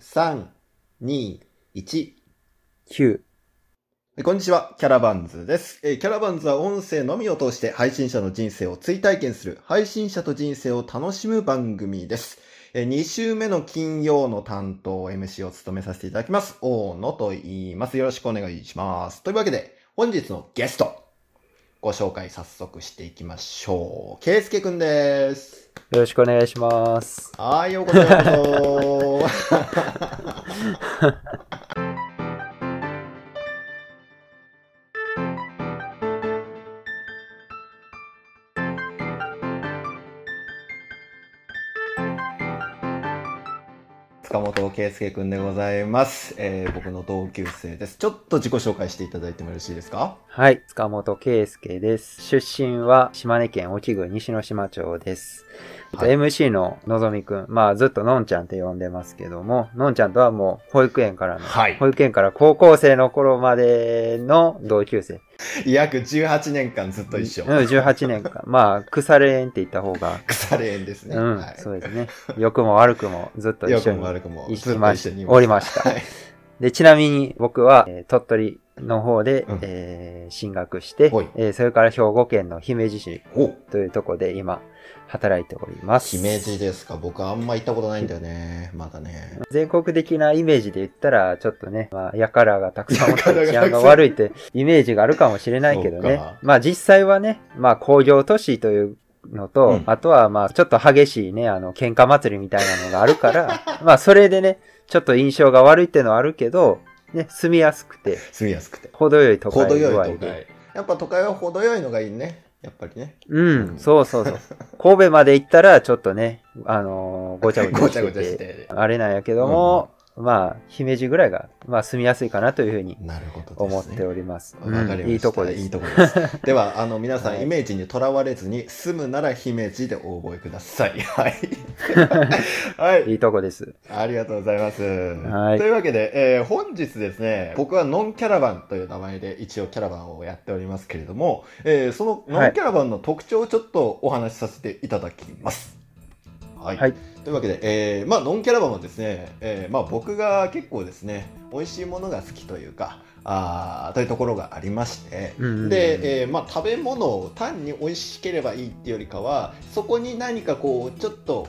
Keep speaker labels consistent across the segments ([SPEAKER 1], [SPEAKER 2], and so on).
[SPEAKER 1] 3、2、1。
[SPEAKER 2] 9。
[SPEAKER 1] こんにちは、キャラバンズです、えーキャラバンズは音声のみを通して配信者の人生を追体験する配信者と人生を楽しむ番組です。え2週目の金曜の担当 MC を務めさせていただきます、大野と言います。よろしくお願いします。というわけで、本日のゲスト、ご紹介早速していきましょう。ケイスケくんです。
[SPEAKER 2] よろしくお願いします。
[SPEAKER 1] はい、ようこそようこそ。塚本圭介くんでございます、えー僕の同級生です。ちょっと自己紹介していただいてもよろしいですか
[SPEAKER 2] はい、塚本圭介です。出身は島根県隠岐郡西之島町です。えっと
[SPEAKER 1] はい
[SPEAKER 2] MC ののぞみくん、まあずっとのんちゃんって呼んでますけども、のんちゃんとはもう保育園からの、
[SPEAKER 1] はい
[SPEAKER 2] 保育園から高校生の頃までの同級生。
[SPEAKER 1] 約18年間ずっと一緒
[SPEAKER 2] うん、。18年間。まあ、腐れ縁って言った方が、
[SPEAKER 1] 腐れ縁です ね。
[SPEAKER 2] うん、
[SPEAKER 1] はい。
[SPEAKER 2] そうですね。良くも悪くもずっと一
[SPEAKER 1] 良
[SPEAKER 2] 緒
[SPEAKER 1] く
[SPEAKER 2] に
[SPEAKER 1] も悪くも、
[SPEAKER 2] 行
[SPEAKER 1] ずっ
[SPEAKER 2] き
[SPEAKER 1] と
[SPEAKER 2] ま
[SPEAKER 1] 一緒に
[SPEAKER 2] し
[SPEAKER 1] い
[SPEAKER 2] た。おり
[SPEAKER 1] ま
[SPEAKER 2] ました。
[SPEAKER 1] はい
[SPEAKER 2] で、ちなみに僕は、えー鳥取の方で、
[SPEAKER 1] うん
[SPEAKER 2] えー進学して
[SPEAKER 1] ほい、
[SPEAKER 2] えーそれから兵庫県の姫路市
[SPEAKER 1] す。お
[SPEAKER 2] というところで今、働いております。
[SPEAKER 1] 姫路ですか僕あんま行ったことないんだよね。まだね。
[SPEAKER 2] 全国的なイメージで言ったら、ちょっとね、まあ、やからがたくさんおって
[SPEAKER 1] 輩がたく
[SPEAKER 2] 治
[SPEAKER 1] さん
[SPEAKER 2] 安が悪いってイメージがあるかもしれないけど
[SPEAKER 1] そう
[SPEAKER 2] ね
[SPEAKER 1] か。
[SPEAKER 2] まあ実際はね、まあ工業都市というのと、
[SPEAKER 1] うん
[SPEAKER 2] あとはまあちょっと激しいね、あの、喧嘩祭りみたいなのがあるから、 まあそれでね、ちょっと印象が悪いっていうのはあるけど、ね、住みやすくて、
[SPEAKER 1] 住みやすくて。
[SPEAKER 2] 程よい都会
[SPEAKER 1] 程
[SPEAKER 2] 具
[SPEAKER 1] よ
[SPEAKER 2] 合
[SPEAKER 1] い都
[SPEAKER 2] で。
[SPEAKER 1] 会。やっぱ都会は程よいのがいいね。やっぱりね。
[SPEAKER 2] う
[SPEAKER 1] うん
[SPEAKER 2] ん、そうそうそう。神戸まで行ったら、ちょっとね、あのーごちゃ
[SPEAKER 1] ご
[SPEAKER 2] ご
[SPEAKER 1] ち
[SPEAKER 2] ち
[SPEAKER 1] ゃ
[SPEAKER 2] ゃ
[SPEAKER 1] ご
[SPEAKER 2] し
[SPEAKER 1] ちゃして
[SPEAKER 2] て、
[SPEAKER 1] て。
[SPEAKER 2] あれなんやけども、まあ、姫路ぐらいが、まあ、住みやすいかなというふうに
[SPEAKER 1] なるほどです、ね。
[SPEAKER 2] 思っております。
[SPEAKER 1] わかりました、
[SPEAKER 2] うんいいとこです。
[SPEAKER 1] いいとこ です。では、あの、皆さん、
[SPEAKER 2] はい
[SPEAKER 1] イメージにとらわれずに、住むなら姫路でお覚えください。 はい。はい。
[SPEAKER 2] いいとこです。
[SPEAKER 1] ありがとうございます。
[SPEAKER 2] はい
[SPEAKER 1] というわけで、えー本日ですね、僕はノンキャラバンという名前で一応キャラバンをやっておりますけれども、えーそのノンキャラバンの特徴をちょっとお話しさせていただきます。はい。
[SPEAKER 2] はい
[SPEAKER 1] というわけで、えーまあ、ノンキャラバンはですね、えーまあ、僕が結構ですね、美味しいものが好きというか、あーというところがありまして、
[SPEAKER 2] うん
[SPEAKER 1] で、えーまあ、食べ物を単に美味しければいいっていうよりかはそこに何かこうちょっと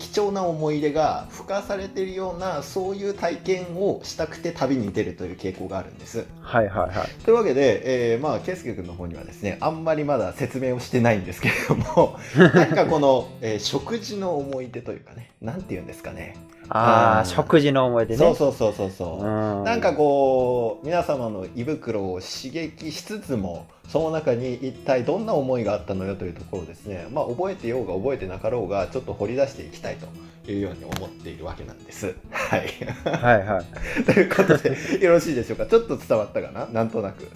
[SPEAKER 1] 貴重な思い入れが付加されているようなそういう体験をしたくて旅に出るという傾向があるんです。
[SPEAKER 2] はいはいはい。
[SPEAKER 1] というわけで、えーまあ、圭佑君の方にはですねあんまりまだ説明をしてないんですけれども何かこの、えー食事の思い出というかね何て言うんですかね
[SPEAKER 2] あ
[SPEAKER 1] うん
[SPEAKER 2] あ、食事の思い出ね。
[SPEAKER 1] そうそうそうそうそう。
[SPEAKER 2] うん
[SPEAKER 1] なんかこう皆様の胃袋を刺激しつつもその中に一体どんな思いがあったのよというところをですね、まあ、覚えてようが覚えてなかろうがちょっと掘り出していきたいというように思っているわけなんです。はい、
[SPEAKER 2] はいはい。
[SPEAKER 1] ということでよろしいでしょうかちょっと伝わったかななんとなく。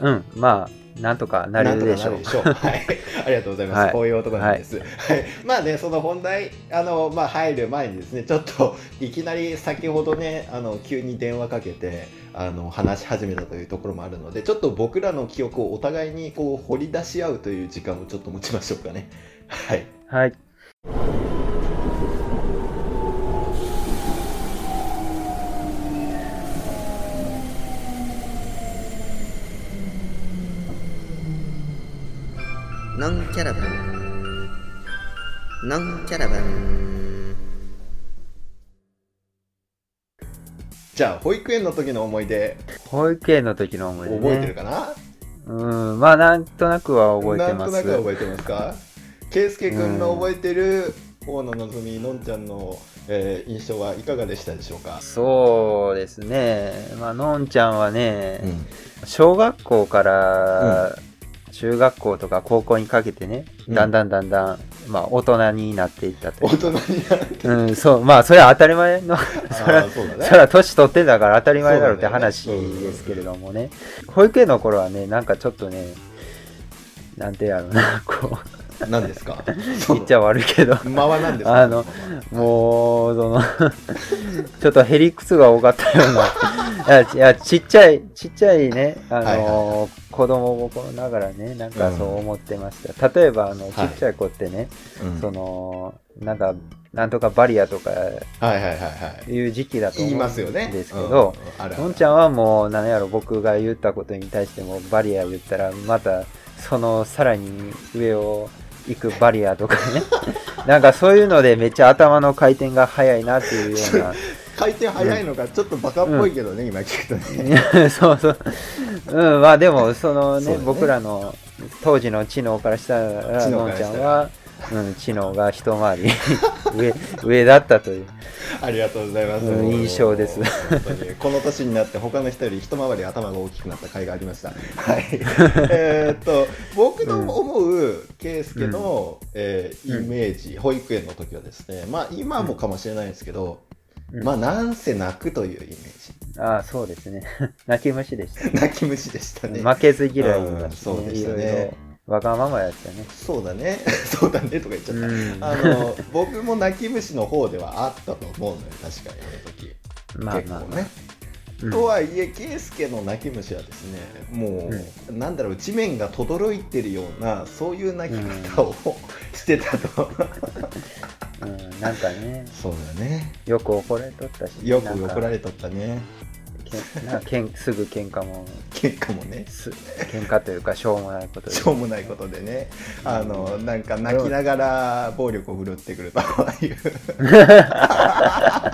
[SPEAKER 2] うん、まあ、なんとかな
[SPEAKER 1] な
[SPEAKER 2] る
[SPEAKER 1] んと
[SPEAKER 2] で
[SPEAKER 1] か
[SPEAKER 2] し
[SPEAKER 1] な
[SPEAKER 2] ょう
[SPEAKER 1] る。でしょう。はい、ありがとうございます。
[SPEAKER 2] はい
[SPEAKER 1] こういう男なんです。はい、まあね、その本題、あの、まあ、入る前にですね、ちょっと。いきなり先ほどね、あの、急に電話かけて、あの、話し始めたというところもあるので、ちょっと僕らの記憶をお互いにこう掘り出し合うという時間をちょっと持ちましょうかね。はい。
[SPEAKER 2] はい。
[SPEAKER 3] ノンキャラバン。ノンキャラバン。
[SPEAKER 1] じゃあ、保育園の時の思い出、
[SPEAKER 2] 保育園の時の思い出、ね。
[SPEAKER 1] 覚えてるかな。
[SPEAKER 2] うん、まあ、なんとなくは覚えてます。
[SPEAKER 1] なんとなく覚えてますか圭介君の覚えてる大野のぞみのんちゃんの、えー印象はいかがでしたでしょうか、
[SPEAKER 2] そうですね、まあのんちゃんはね、小学校から中学校とか高校にかけてね、
[SPEAKER 1] うん
[SPEAKER 2] だんだんだんだん、まあ、大人になっていったと
[SPEAKER 1] 大
[SPEAKER 2] いう
[SPEAKER 1] 人になって
[SPEAKER 2] か、うん、そうまあそれは当たり前のそら
[SPEAKER 1] あーそうだね
[SPEAKER 2] それは年取ってたから当たり前だろうって
[SPEAKER 1] そうだよね
[SPEAKER 2] 話ですけれどもね保育園の頃はねなんかちょっとねなんてやろうなこう
[SPEAKER 1] 何ですかそ
[SPEAKER 2] 言
[SPEAKER 1] の
[SPEAKER 2] っちゃ悪いけど、
[SPEAKER 1] 間は何ですか
[SPEAKER 2] あのもう、その、 ちょっとヘリクスが多かったよう な。いや、いやちっちゃい、ちっちゃいね、あの
[SPEAKER 1] はいはい
[SPEAKER 2] 子供心ながらね、なんかそうう思ってました。例えば、あの、ち
[SPEAKER 1] はい
[SPEAKER 2] っちゃい子ってね、
[SPEAKER 1] うん
[SPEAKER 2] その、なんか、なんとかバリアとか
[SPEAKER 1] はいはいはいはい
[SPEAKER 2] いう時期だと
[SPEAKER 1] 言い
[SPEAKER 2] 思う
[SPEAKER 1] ま
[SPEAKER 2] ん
[SPEAKER 1] すよね
[SPEAKER 2] ですけど、、
[SPEAKER 1] うん あるある
[SPEAKER 2] のんちゃんはもう、なんやろ、僕が言ったことに対しても、バリア言ったら、また、その、さらに上を行くバリアとかね。 なんかそういうので、めっちゃ頭の回転が速いなっていうような。
[SPEAKER 1] 回転早いのがちょっとバカっぽいけどね、今聞くとね
[SPEAKER 2] そうそう。うん、まあでも、そ
[SPEAKER 1] そ
[SPEAKER 2] の
[SPEAKER 1] う
[SPEAKER 2] ね、
[SPEAKER 1] だね
[SPEAKER 2] 僕らの当時の知能からしたら、
[SPEAKER 1] 知能
[SPEAKER 2] の
[SPEAKER 1] か
[SPEAKER 2] ん
[SPEAKER 1] らし
[SPEAKER 2] ち
[SPEAKER 1] た
[SPEAKER 2] ゃ
[SPEAKER 1] ら
[SPEAKER 2] んは、うん、知能が一回り 上、上だったという。
[SPEAKER 1] ありがとうございます。
[SPEAKER 2] うん印象です
[SPEAKER 1] 本当にこの年になって他の人より一回り頭が大きくなった甲斐がありました。 はい。えーっと僕の思う圭介の、えーイメージ、保育園の時はですね、まあ今もかもしれないんですけど、
[SPEAKER 2] うん
[SPEAKER 1] まあなんせ泣くというイメー
[SPEAKER 2] ああ、そうですね。 泣き虫でしたね
[SPEAKER 1] ジ、泣き虫でしたね。
[SPEAKER 2] 負けず嫌いだしね
[SPEAKER 1] うんそうで
[SPEAKER 2] い
[SPEAKER 1] した
[SPEAKER 2] ろ
[SPEAKER 1] ね
[SPEAKER 2] いろわがままやったね。
[SPEAKER 1] そうだね、 そうだねとか言っちゃった。
[SPEAKER 2] うん
[SPEAKER 1] あの僕も泣き虫の方ではあったと思うのよ確かにあの時、
[SPEAKER 2] まあ
[SPEAKER 1] 結
[SPEAKER 2] ま
[SPEAKER 1] 構
[SPEAKER 2] あ
[SPEAKER 1] ね、
[SPEAKER 2] まあ。うん
[SPEAKER 1] とはいえ圭介の泣き虫はですねもう、なんだろう地面がとどろいてるようなそういう泣き方を してたと
[SPEAKER 2] うん、なんかね、
[SPEAKER 1] そうだね
[SPEAKER 2] よく怒られとったし、
[SPEAKER 1] よく怒ら
[SPEAKER 2] れ
[SPEAKER 1] れとったね
[SPEAKER 2] なん かけんすぐ喧嘩も、
[SPEAKER 1] 結果もね
[SPEAKER 2] す 喧嘩というか、しょうもないことで
[SPEAKER 1] しょうもないことでねあのなんか泣きながら暴力を振るってくるとああいう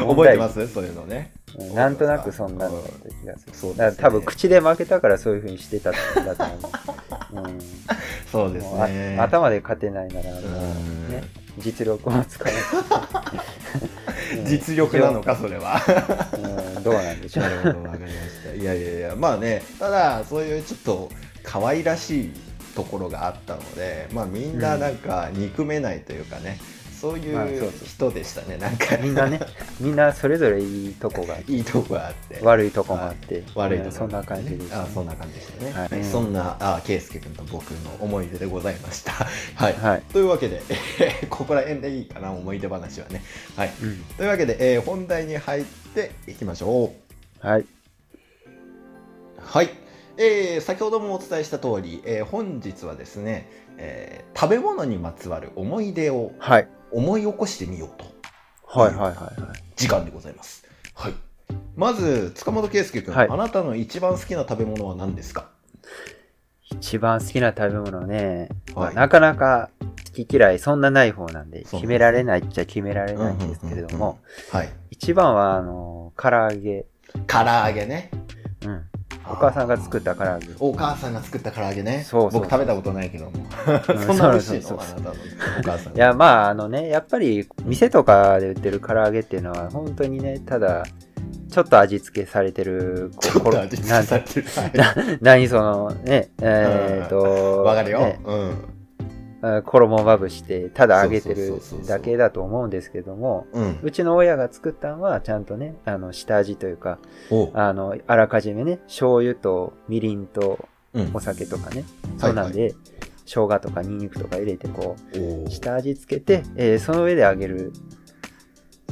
[SPEAKER 1] 覚えてますそういうのね
[SPEAKER 2] うんなんとなくそんなのだった気がする。
[SPEAKER 1] そうですね
[SPEAKER 2] だから多分、口で負けたからそういうふうにしてたんだと思う。
[SPEAKER 1] そう
[SPEAKER 2] うん
[SPEAKER 1] です
[SPEAKER 2] もうあ
[SPEAKER 1] ね
[SPEAKER 2] 頭で勝てないなら、もう
[SPEAKER 1] うん
[SPEAKER 2] ね、実力を使わない。うん
[SPEAKER 1] 実力なのかそれは
[SPEAKER 2] うんどうなんでしょう
[SPEAKER 1] な。るほど、わかりました。いやいやいや、まあね、ただ、そういうちょっと可愛らしいところがあったので、まあみんななんか憎めないというかね、そうい
[SPEAKER 2] まあそう
[SPEAKER 1] う
[SPEAKER 2] そう
[SPEAKER 1] 人でしたね、なんか。
[SPEAKER 2] みんなね、みんなそれぞれいいとこがあっ て、
[SPEAKER 1] いいとこがあって。
[SPEAKER 2] 悪いとこもあって、
[SPEAKER 1] 悪いとこ
[SPEAKER 2] うんそんな感じです、
[SPEAKER 1] あそんな感じでしたね。
[SPEAKER 2] はい
[SPEAKER 1] はいそんな、あ、圭介君と僕の思い出でございました。 はい。
[SPEAKER 2] はい。
[SPEAKER 1] というわけで、 ここら辺でいいかな、思い出話はね。はい。
[SPEAKER 2] うん。
[SPEAKER 1] というわけで、えー本題に入っていきましょう。
[SPEAKER 2] はい。
[SPEAKER 1] はい、えー先ほどもお伝えした通り、えー本日はですね、えー食べ物にまつわる思い出を
[SPEAKER 2] はい。
[SPEAKER 1] 思い起こしてみようと
[SPEAKER 2] はい。はい。は
[SPEAKER 1] 時間でございます。はい、まず塚本圭介君、
[SPEAKER 2] はい
[SPEAKER 1] あなたの一番好きな食べ物は何ですか？
[SPEAKER 2] い。一番好きな食べ物ね、
[SPEAKER 1] はい
[SPEAKER 2] なかなか好き嫌いそんなない方なんで、
[SPEAKER 1] そうなん
[SPEAKER 2] 決
[SPEAKER 1] です
[SPEAKER 2] められないっちゃ決められないんです
[SPEAKER 1] うん
[SPEAKER 2] けれど
[SPEAKER 1] うんうん
[SPEAKER 2] も、
[SPEAKER 1] うん。はい。
[SPEAKER 2] 一番は、あの、唐揚げ。
[SPEAKER 1] 唐揚げね。
[SPEAKER 2] うん。お母さんが作った唐揚げ。
[SPEAKER 1] お母さんが作った唐揚げね。
[SPEAKER 2] そうそう
[SPEAKER 1] 僕食べたことないけども。
[SPEAKER 2] ん
[SPEAKER 1] そんな美味しい
[SPEAKER 2] そ
[SPEAKER 1] の
[SPEAKER 2] う
[SPEAKER 1] あ
[SPEAKER 2] そう
[SPEAKER 1] なたのお母さんが。
[SPEAKER 2] いや、まあ、あのね、やっぱり、店とかで売ってる唐揚げっていうのは、本当にね、ただ、ちょっと味付けされてる、こう
[SPEAKER 1] ちょっと味付けされてる。
[SPEAKER 2] な何そのねえー、と
[SPEAKER 1] わかるよ。
[SPEAKER 2] ね
[SPEAKER 1] うん。
[SPEAKER 2] あ衣まぶしてただ揚げて
[SPEAKER 1] そう
[SPEAKER 2] る
[SPEAKER 1] そうそうそう
[SPEAKER 2] だけだと思うんですけども
[SPEAKER 1] うん。
[SPEAKER 2] うちの親が作ったのはちゃんとねあの下味というか
[SPEAKER 1] お
[SPEAKER 2] あのあらかじめね醤油とみりんと
[SPEAKER 1] うん
[SPEAKER 2] お。酒とかね
[SPEAKER 1] い
[SPEAKER 2] そうなんで、生姜とかニンニクとか入れてこ
[SPEAKER 1] お
[SPEAKER 2] う
[SPEAKER 1] ー
[SPEAKER 2] 下味つけて、えーその上で揚げる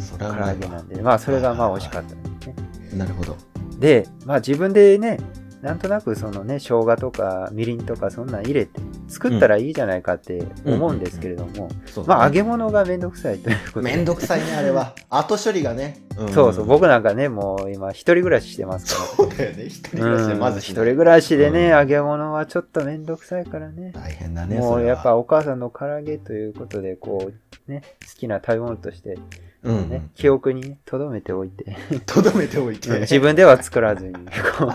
[SPEAKER 1] それは
[SPEAKER 2] 唐
[SPEAKER 1] うま
[SPEAKER 2] 揚
[SPEAKER 1] い
[SPEAKER 2] げ
[SPEAKER 1] わ
[SPEAKER 2] なんでまあそれがまあ美味しかったですね
[SPEAKER 1] なるほど。
[SPEAKER 2] でまあ自分でねなんとなくそのね生姜とかみりんとかそんなん入れて作ったらいいじゃないかって思うんですけれども、
[SPEAKER 1] そう
[SPEAKER 2] まあ、
[SPEAKER 1] だ
[SPEAKER 2] 揚
[SPEAKER 1] ね
[SPEAKER 2] げ物がめんどくさいということで。
[SPEAKER 1] めんどくさいね、あれ は。後処理がね。ん
[SPEAKER 2] そうそう、僕なんかね、もう今、一人暮らししてますか
[SPEAKER 1] そ
[SPEAKER 2] ら。
[SPEAKER 1] うだよね、一人暮らしで
[SPEAKER 2] うん
[SPEAKER 1] まず
[SPEAKER 2] 一
[SPEAKER 1] し
[SPEAKER 2] 人
[SPEAKER 1] ない
[SPEAKER 2] 暮らしでね、
[SPEAKER 1] うん
[SPEAKER 2] 揚げ物はちょっとめんどくさいからね。
[SPEAKER 1] 大変だね、
[SPEAKER 2] も
[SPEAKER 1] そうれは
[SPEAKER 2] やっぱ、お母さんの唐揚げということで、こう、ね、好きな食べ物として、
[SPEAKER 1] うん
[SPEAKER 2] ね、記憶にね留めてお いて、
[SPEAKER 1] うん。とどめておいて、
[SPEAKER 2] 自分では作らずに、こう、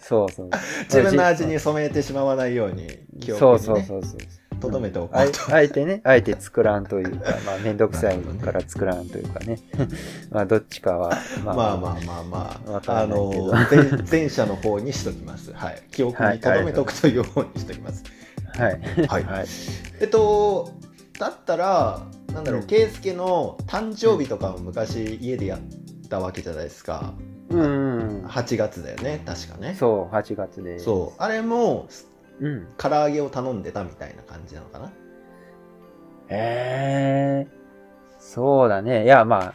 [SPEAKER 2] そうそう。
[SPEAKER 1] 自分の味に染めてしまわないように、記憶にね
[SPEAKER 2] そうそうそうそう。
[SPEAKER 1] とどめておこ
[SPEAKER 2] あえ
[SPEAKER 1] うと。
[SPEAKER 2] あえてね、あえて作らんというか、まあ、めんどくさいから作らんというかね。 まあ、どっちかは、ま
[SPEAKER 1] まあまあまあま
[SPEAKER 2] わ
[SPEAKER 1] あ、
[SPEAKER 2] か
[SPEAKER 1] あ
[SPEAKER 2] んない
[SPEAKER 1] の
[SPEAKER 2] けど、
[SPEAKER 1] 前前者の方にしときます。はい。記憶にとどめておくという方にしときます。
[SPEAKER 2] はい。
[SPEAKER 1] はい。
[SPEAKER 2] はい。
[SPEAKER 1] えっと、だったら、なんだろ
[SPEAKER 2] う
[SPEAKER 1] う、
[SPEAKER 2] ん
[SPEAKER 1] 圭介の誕生日とかも昔家でやったわけじゃないですか。
[SPEAKER 2] うん。
[SPEAKER 1] 8月だよね、確かね。
[SPEAKER 2] そう、8月で。
[SPEAKER 1] そうあれも
[SPEAKER 2] うん。
[SPEAKER 1] 唐揚げを頼んでたみたいな感じなのかな
[SPEAKER 2] ええそうだね。いや、まあ、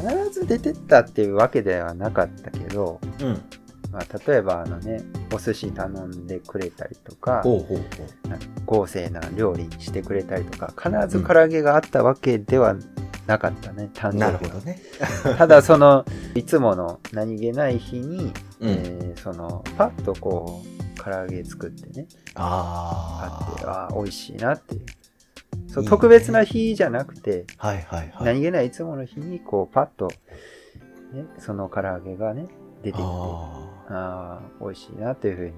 [SPEAKER 2] 必ず出てったっていうわけではなかったけど、
[SPEAKER 1] うん
[SPEAKER 2] まあ、例えばあのね、お寿司頼んでくれたりとか、
[SPEAKER 1] ほうほうほう
[SPEAKER 2] 豪勢な料理にしてくれたりとか、必ず唐揚げがあったわけではなかったね、誕生日
[SPEAKER 1] な
[SPEAKER 2] は
[SPEAKER 1] るほどね
[SPEAKER 2] ただ、その、いつもの何気ない日に、
[SPEAKER 1] うん、
[SPEAKER 2] えーその、パッとこう、唐揚げ作ってね、あって、
[SPEAKER 1] あ
[SPEAKER 2] ああ、美味しいなっていう。そう、
[SPEAKER 1] いいね
[SPEAKER 2] 特別な日じゃなくて、
[SPEAKER 1] あはいはいはい
[SPEAKER 2] 何気ないいつもの日に、こう、パッと、ね、その唐揚げがね、出てきて、あ
[SPEAKER 1] あ
[SPEAKER 2] あー、美味しいなっていうふう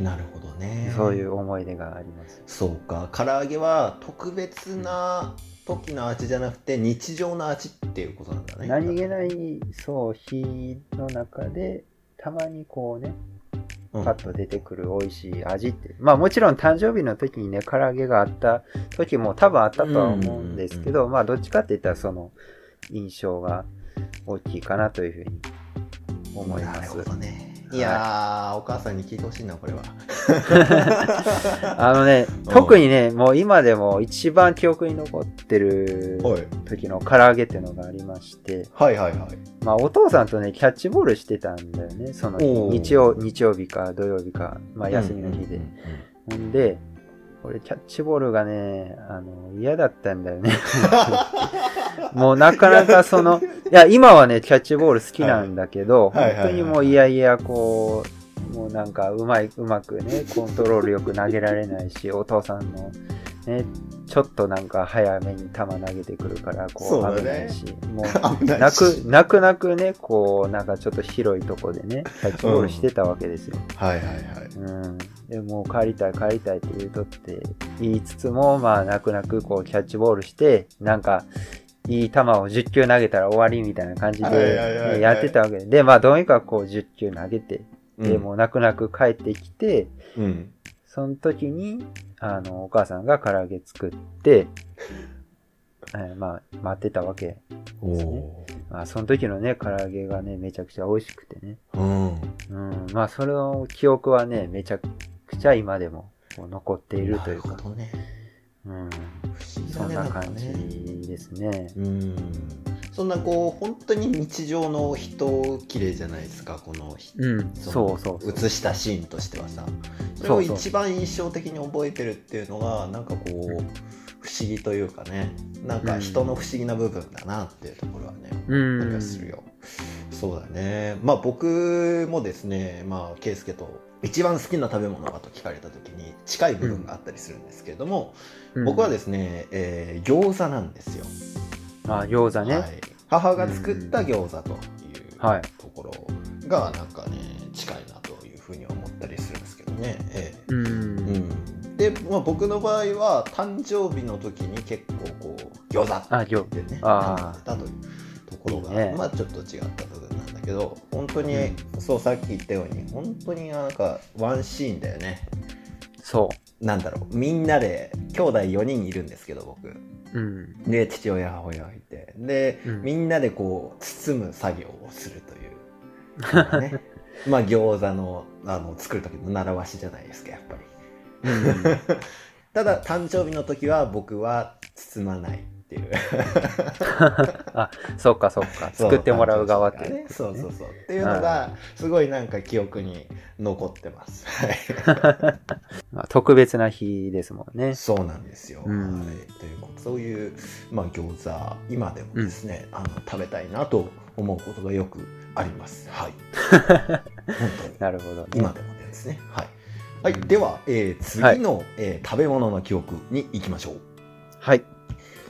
[SPEAKER 1] あなるほどね
[SPEAKER 2] に、そういう思い出があります。
[SPEAKER 1] そうか唐揚げは特別な時の味じゃなくて日常の味っていうことなんだね
[SPEAKER 2] 何気ない、そう、日の中で、たまにこうね、
[SPEAKER 1] うん
[SPEAKER 2] パッと出てくる美味しい味って。まあもちろん誕生日の時にね、唐揚げがあった時も多分あったとは思うんですけど、まあどっちかって言ったらその印象が大きいかなというふうに思いま
[SPEAKER 1] なる
[SPEAKER 2] す
[SPEAKER 1] ほ。どね
[SPEAKER 2] はい
[SPEAKER 1] いやーお母さんに聞いてほしいなこれは
[SPEAKER 2] あのね
[SPEAKER 1] ん、
[SPEAKER 2] 特にね、もう今でも一番記憶に残ってる
[SPEAKER 1] はい
[SPEAKER 2] 時の唐揚げっていうのがありまして、
[SPEAKER 1] はいはいはい
[SPEAKER 2] まあお父さんとね、キャッチボールしてたんだよね、その日
[SPEAKER 1] おー
[SPEAKER 2] 日曜日曜日か土曜日か、まあ休みの日で。ほんで、俺、キャッチボールがね、あの、嫌だったんだ よね。もうなかなかその、いや、今はね、キャッチボール好きなんだけど、
[SPEAKER 1] はいはい
[SPEAKER 2] 本当にもういやいや、こう、もうなんか、うまい、うまくね、コントロールよく投げられないし、お父さんの、ね、ちょっとなんか早めに球投げてくるから、
[SPEAKER 1] そ
[SPEAKER 2] こ
[SPEAKER 1] うだ
[SPEAKER 2] う、
[SPEAKER 1] ね
[SPEAKER 2] 危ないし、も う、
[SPEAKER 1] 危ない
[SPEAKER 2] 泣
[SPEAKER 1] し
[SPEAKER 2] く、泣く泣くね、こう、なんかちょっと広いとこでね、キャッチボールしてたわけですよ。
[SPEAKER 1] はいはいはい
[SPEAKER 2] うん、でもう帰りたい帰りたいって言うとって言いつつもまあ泣く泣くこうキャッチボールしてなんかいい球を10球投げたら終わりみたいな感じで
[SPEAKER 1] はいはいはいは
[SPEAKER 2] ね
[SPEAKER 1] い
[SPEAKER 2] やってたわけででまあどうにかこう10球投げてでもう泣く泣く帰ってきて
[SPEAKER 1] うん
[SPEAKER 2] その時にあのお母さんが唐揚げ作って、えーまあ待ってたわけ、
[SPEAKER 1] おお
[SPEAKER 2] まあ、その時のね唐揚げがねめちゃくちゃ美味しくてね
[SPEAKER 1] ーうん
[SPEAKER 2] うん、まあそれの記憶はね、めちゃくちゃ今でもこう残っているという
[SPEAKER 1] な
[SPEAKER 2] か
[SPEAKER 1] る、ほどね
[SPEAKER 2] うん、
[SPEAKER 1] 不思議
[SPEAKER 2] そ
[SPEAKER 1] だ
[SPEAKER 2] ん
[SPEAKER 1] ね
[SPEAKER 2] な
[SPEAKER 1] か
[SPEAKER 2] 感
[SPEAKER 1] ね
[SPEAKER 2] じですね。
[SPEAKER 1] うんそんなこう本当に日常の人綺麗じゃないですかこの人
[SPEAKER 2] うん、そうそうそう。
[SPEAKER 1] 映したシーンとしてはさそれを一番印象的に覚えてるっていうのがなんかこう
[SPEAKER 2] うん
[SPEAKER 1] 不思議というかねなんか人の不思議な部分だなっていうところはね
[SPEAKER 2] う
[SPEAKER 1] 思い
[SPEAKER 2] ん
[SPEAKER 1] が、するよそうだねまあ僕もですねまあ圭介と一番好きな食べ物はと聞かれた時に近い部分があったりするんですけれども、僕は
[SPEAKER 2] で
[SPEAKER 1] ですね、えー餃子なんですよ、
[SPEAKER 2] す。あ、餃子ね。
[SPEAKER 1] はい、母が作った餃子という
[SPEAKER 2] はい
[SPEAKER 1] ところがなんかね近いなというふうに思ったりするんですけどね、ええ
[SPEAKER 2] うん、
[SPEAKER 1] うん、で、まあ、僕の場合は誕生日の時に結構こう餃子
[SPEAKER 2] あ、餃
[SPEAKER 1] ってね
[SPEAKER 2] あー
[SPEAKER 1] 頼んでたというところが
[SPEAKER 2] いいね
[SPEAKER 1] まあちょっと違った部分なんだけど本当に、
[SPEAKER 2] う
[SPEAKER 1] そうさっき言ったように本当になんかワンシーンだよね
[SPEAKER 2] そ
[SPEAKER 1] なんだろうみんなで兄弟4人いるんですけど僕
[SPEAKER 2] う。うん。
[SPEAKER 1] で父親母親がいてで、
[SPEAKER 2] うん
[SPEAKER 1] みんなでこう包む作業をするという、 ね、まあ餃子のあの作る時の習わしじゃないですかやっぱり
[SPEAKER 2] うん、
[SPEAKER 1] ただ誕生日の時は僕は包まないっていう
[SPEAKER 2] そっかそっか。 作ってもらう側って。
[SPEAKER 1] ねそうそうそうっていうのがすごいなんか記憶に残ってますはい
[SPEAKER 2] まあ、特別な日ですもんね。
[SPEAKER 1] そうなんですよ、
[SPEAKER 2] うん
[SPEAKER 1] はい、ということそういう、まあ、餃子今でもですね、あの食べたいなと思うことがよくあります はい本当に
[SPEAKER 2] なるほど、ね。
[SPEAKER 1] 今でもですねはい、はい、では、えー次の、えー食べ物の記憶に行きましょう
[SPEAKER 2] はい。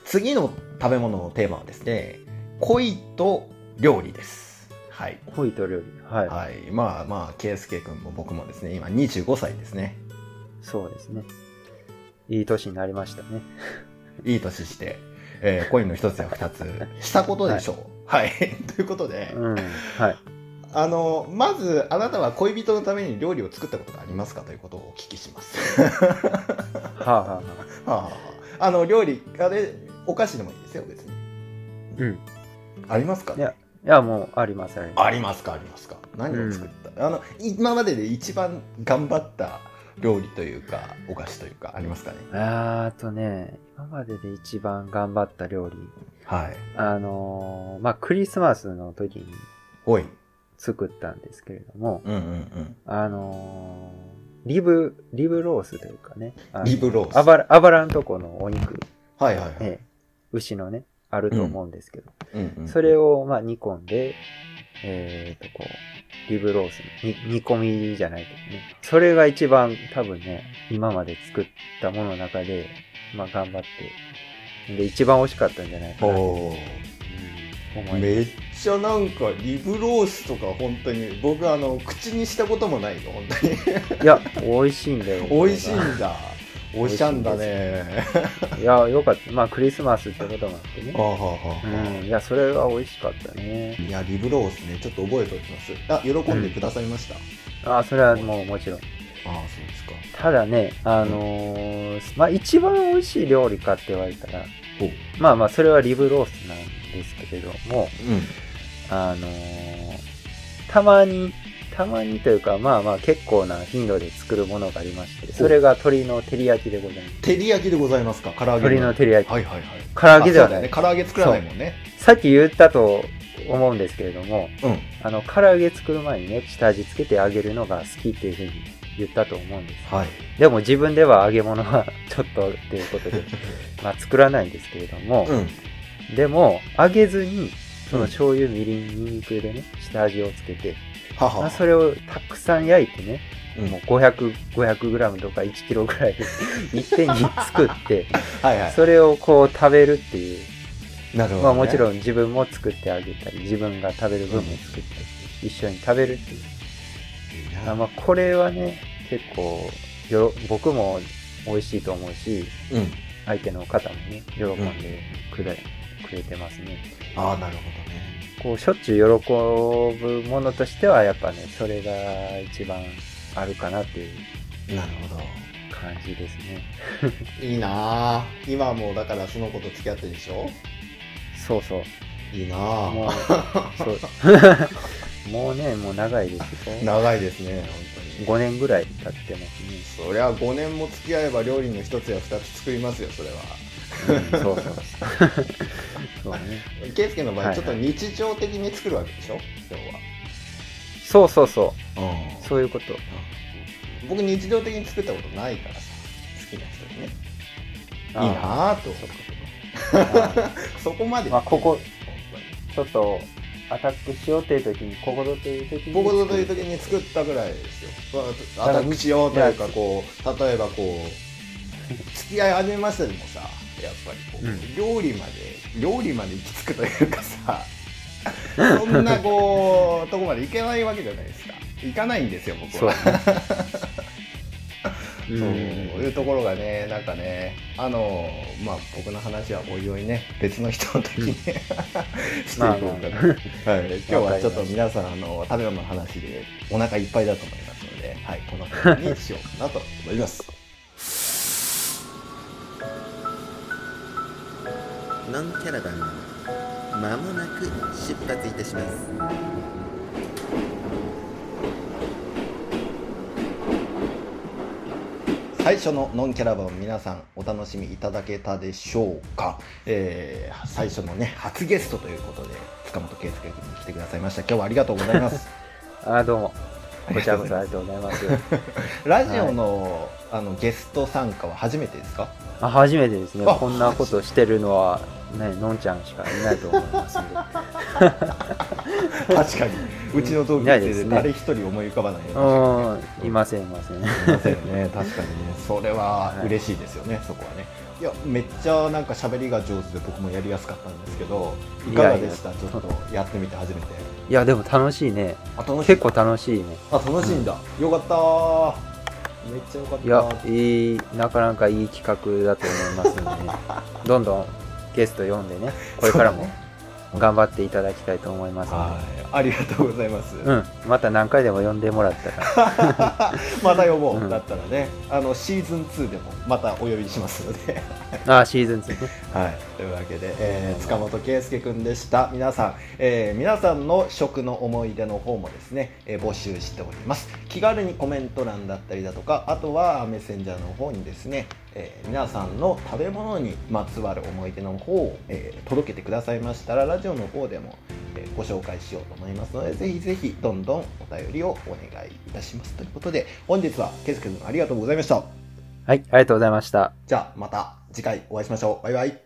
[SPEAKER 1] 次の食べ物のテーマはですね恋と料理ですはい、
[SPEAKER 2] 恋と料理。はい。
[SPEAKER 1] はい、まあまあ圭佑君も僕もですね今25歳ですね
[SPEAKER 2] そうですね。いい年になりましたね。
[SPEAKER 1] いい年して、えー、恋の一つや二つしたことでしょう。はい。 ということで、
[SPEAKER 2] うん。 はい。
[SPEAKER 1] あの、まず、あなたは恋人のために料理を作ったことがありますかということをお聞きします。
[SPEAKER 2] はあ、はあはあ、
[SPEAKER 1] ああの、料理、あれ、お菓子でもいいですよ、別に。
[SPEAKER 2] うん。
[SPEAKER 1] ありますか
[SPEAKER 2] いやいや、もう、あります、あります。
[SPEAKER 1] ありますか、ありますか。何を作った、あの、今までで一番頑張った料理というか、お菓子というか、ありますかね。
[SPEAKER 2] あーあとね、今までで一番頑張った料理。
[SPEAKER 1] はい。
[SPEAKER 2] あのーまあ、クリスマスの時に
[SPEAKER 1] おい。
[SPEAKER 2] 作ったんですけれども、
[SPEAKER 1] うんうんうん。
[SPEAKER 2] あのーリブ、リブロースというかね、あの
[SPEAKER 1] リブロース。
[SPEAKER 2] あばら、あばらんとこのお肉、
[SPEAKER 1] はいはいはい。
[SPEAKER 2] ええ牛のね、あると思うんですけど、
[SPEAKER 1] うんうん
[SPEAKER 2] それを、まあ、煮込んで、えー、と、こう、リブロースに、に煮込みじゃないけどね。それが一番多分ね、今まで作ったものの中で、まあ、頑張って、で、一番美味しかったんじゃないかなと、
[SPEAKER 1] おー。
[SPEAKER 2] うん、思い
[SPEAKER 1] めっちゃなんかリブロースとか本当に僕あの口にしたこともないよ本
[SPEAKER 2] ます。いや、 美味しいんだよ。
[SPEAKER 1] 当に 美味しい
[SPEAKER 2] こ
[SPEAKER 1] んだおしゃんだね
[SPEAKER 2] れがいや、よかった。まあ、クリスマスってこともあってね
[SPEAKER 1] あ。はは
[SPEAKER 2] うん、いや、それは美味しかったね。
[SPEAKER 1] いやリブロースねちょっと覚えておきますあ喜んでくださいました、
[SPEAKER 2] ああ、それはもうもちろん。
[SPEAKER 1] ああそうですか
[SPEAKER 2] ただね、あのーまあ、一番美味しい料理かって言われたら、
[SPEAKER 1] おう
[SPEAKER 2] まあまあ、それはリブロースなんですけれども、
[SPEAKER 1] ん
[SPEAKER 2] あのーたまに、たまにというか、まあまあ結構な頻度で作るものがありまして、それが鶏の照り焼きでございます。
[SPEAKER 1] 照り焼きでございますか唐揚げ
[SPEAKER 2] 鶏の照り焼き。
[SPEAKER 1] はいはいはい
[SPEAKER 2] 唐揚げでは
[SPEAKER 1] あそう
[SPEAKER 2] な
[SPEAKER 1] だよね
[SPEAKER 2] い。
[SPEAKER 1] 唐揚げ作らないもんね
[SPEAKER 2] さっき言ったと思うんですけれども、
[SPEAKER 1] うん
[SPEAKER 2] あの、唐揚げ作る前にね、下味つけて揚げるのが好きっていうふうに言ったと思うんです。
[SPEAKER 1] はい
[SPEAKER 2] でも自分では揚げ物は ちょっとっていう ことで、まあ作らないんですけれども、
[SPEAKER 1] うん
[SPEAKER 2] でも、揚げずに、その醤油、みりん、ニンニクでね、下味をつけて、
[SPEAKER 1] は
[SPEAKER 2] まあ、
[SPEAKER 1] は
[SPEAKER 2] それをたくさん焼いてね、
[SPEAKER 1] うん
[SPEAKER 2] もう500、500グラムとか1キロぐ らいいっぺんに作って、
[SPEAKER 1] はいは
[SPEAKER 2] それをこう食べるっていう。
[SPEAKER 1] いなるほどね、
[SPEAKER 2] まあもち
[SPEAKER 1] ん
[SPEAKER 2] ろん自分も作ってあげたり、自分が食べる分も作って、一緒に食べるっていう。あまあこれはね、結構よろ、僕も美味しいと思うし、
[SPEAKER 1] うん
[SPEAKER 2] 相手の方もね、喜んでくれ,、くれてますね。
[SPEAKER 1] ああなるほどね
[SPEAKER 2] こうしょっちゅう喜ぶものとしてはやっぱねそれが一番あるかなっていう
[SPEAKER 1] なるほど
[SPEAKER 2] 感じですね
[SPEAKER 1] いいなあ今もうだからその子と付き合ってるでしょ
[SPEAKER 2] そうそう
[SPEAKER 1] いいな
[SPEAKER 2] もう
[SPEAKER 1] あ
[SPEAKER 2] そう もうねもう長いですよ
[SPEAKER 1] 長いですね本当に
[SPEAKER 2] 5年ぐらい経ってま
[SPEAKER 1] そりゃ5年も付き合えば料理の一つや二つ作りますよそれは
[SPEAKER 2] すね、うん、そうそうそうね
[SPEAKER 1] 圭介の場合
[SPEAKER 2] は
[SPEAKER 1] ち
[SPEAKER 2] いは
[SPEAKER 1] ょ
[SPEAKER 2] い
[SPEAKER 1] っと日常的に作るわけでしょ今
[SPEAKER 2] そうそうそ
[SPEAKER 1] 日は
[SPEAKER 2] うそういうこと
[SPEAKER 1] うん僕日常的に作ったことないからさ好きな人にねいい
[SPEAKER 2] あ
[SPEAKER 1] なあと
[SPEAKER 2] あ
[SPEAKER 1] そこまで
[SPEAKER 2] まあこ
[SPEAKER 1] 本
[SPEAKER 2] こちょっとアタックしようっていう時にここぞという時
[SPEAKER 1] 当
[SPEAKER 2] に
[SPEAKER 1] に僕という時に作ったぐらいですよまあアタックしようというかこう例えばこう付き合い始めましたでもさやっぱりこう、
[SPEAKER 2] うん
[SPEAKER 1] 料理まで料理まで行き着くというかさ そんなこうとこまで行けないわけじゃないですか行かないんですよ僕
[SPEAKER 2] そう
[SPEAKER 1] は
[SPEAKER 2] ね
[SPEAKER 1] そういうところがねなんかねあのまあ僕の話はおいおいね別の人の時に、 していこう かな、はい、今日はちょっと皆さんあの食べ物の話でお腹いっぱいだと思いますので、はい、この辺にしようかなと思います。
[SPEAKER 3] ノンキャラバンまもなく出発いたします
[SPEAKER 1] 最初のノンキャラバン皆さんお楽しみいただけたでしょうか、えー最初のね初ゲストということで塚本圭介君に来てくださいました今日はありがとうございます
[SPEAKER 2] あどうも
[SPEAKER 1] ありが
[SPEAKER 2] こち
[SPEAKER 1] と
[SPEAKER 2] ら
[SPEAKER 1] うご
[SPEAKER 2] こそ
[SPEAKER 1] ざい
[SPEAKER 2] あ
[SPEAKER 1] ま
[SPEAKER 2] りがとうござい ます
[SPEAKER 1] すラジオの,、あのゲスト参加は初めてです か
[SPEAKER 2] あ初めてですね
[SPEAKER 1] あ
[SPEAKER 2] こんなことしてるのはねのんちゃんしかいないと思います んで
[SPEAKER 1] 確かにうちの同級
[SPEAKER 2] いな
[SPEAKER 1] 生
[SPEAKER 2] いで
[SPEAKER 1] です
[SPEAKER 2] ね
[SPEAKER 1] 誰一人思い浮かばないよ
[SPEAKER 2] う
[SPEAKER 1] ね
[SPEAKER 2] ーんいませんいません
[SPEAKER 1] すいませんね 確かにねそれは嬉しいですよね、そこはねいやめっちゃなんか喋りが上手で僕もやりやすかったんですけどいかがでした
[SPEAKER 2] いやいや
[SPEAKER 1] ちょっとやってみて初めて
[SPEAKER 2] いやでも楽しいね
[SPEAKER 1] あ楽しい
[SPEAKER 2] 結構楽しいね
[SPEAKER 1] あ楽しいんだ、よかったーめっちゃよかった
[SPEAKER 2] いやいいなかなかいい企画だと思いますの で、どんどんゲスト読んでねこれからも頑張っていただきたいと思いますの
[SPEAKER 1] はいありがとうございます、
[SPEAKER 2] で、うんまた何回でも読んでもらったら
[SPEAKER 1] また呼ぼう、
[SPEAKER 2] うん
[SPEAKER 1] だったらねあのシーズン2でもまたお呼びしますので
[SPEAKER 2] ああ、シーズン2ね。
[SPEAKER 1] はい、というわけで、えー塚本圭介くんでした皆さん、えー皆さんの食の思い出の方もですね、えー募集しております気軽にコメント欄だったりだとかあとはメッセンジャーの方にですね、えー皆さんの食べ物にまつわる思い出の方を、えー届けてくださいましたらラジオの方でも、えーご紹介しようと思いますのでぜひぜひどんどんお便りをお願いいたしますということで本日は圭介くんありがとうございました
[SPEAKER 2] はい、ありがとうございました。
[SPEAKER 1] じゃあまた次回お会いしましょうバイバイ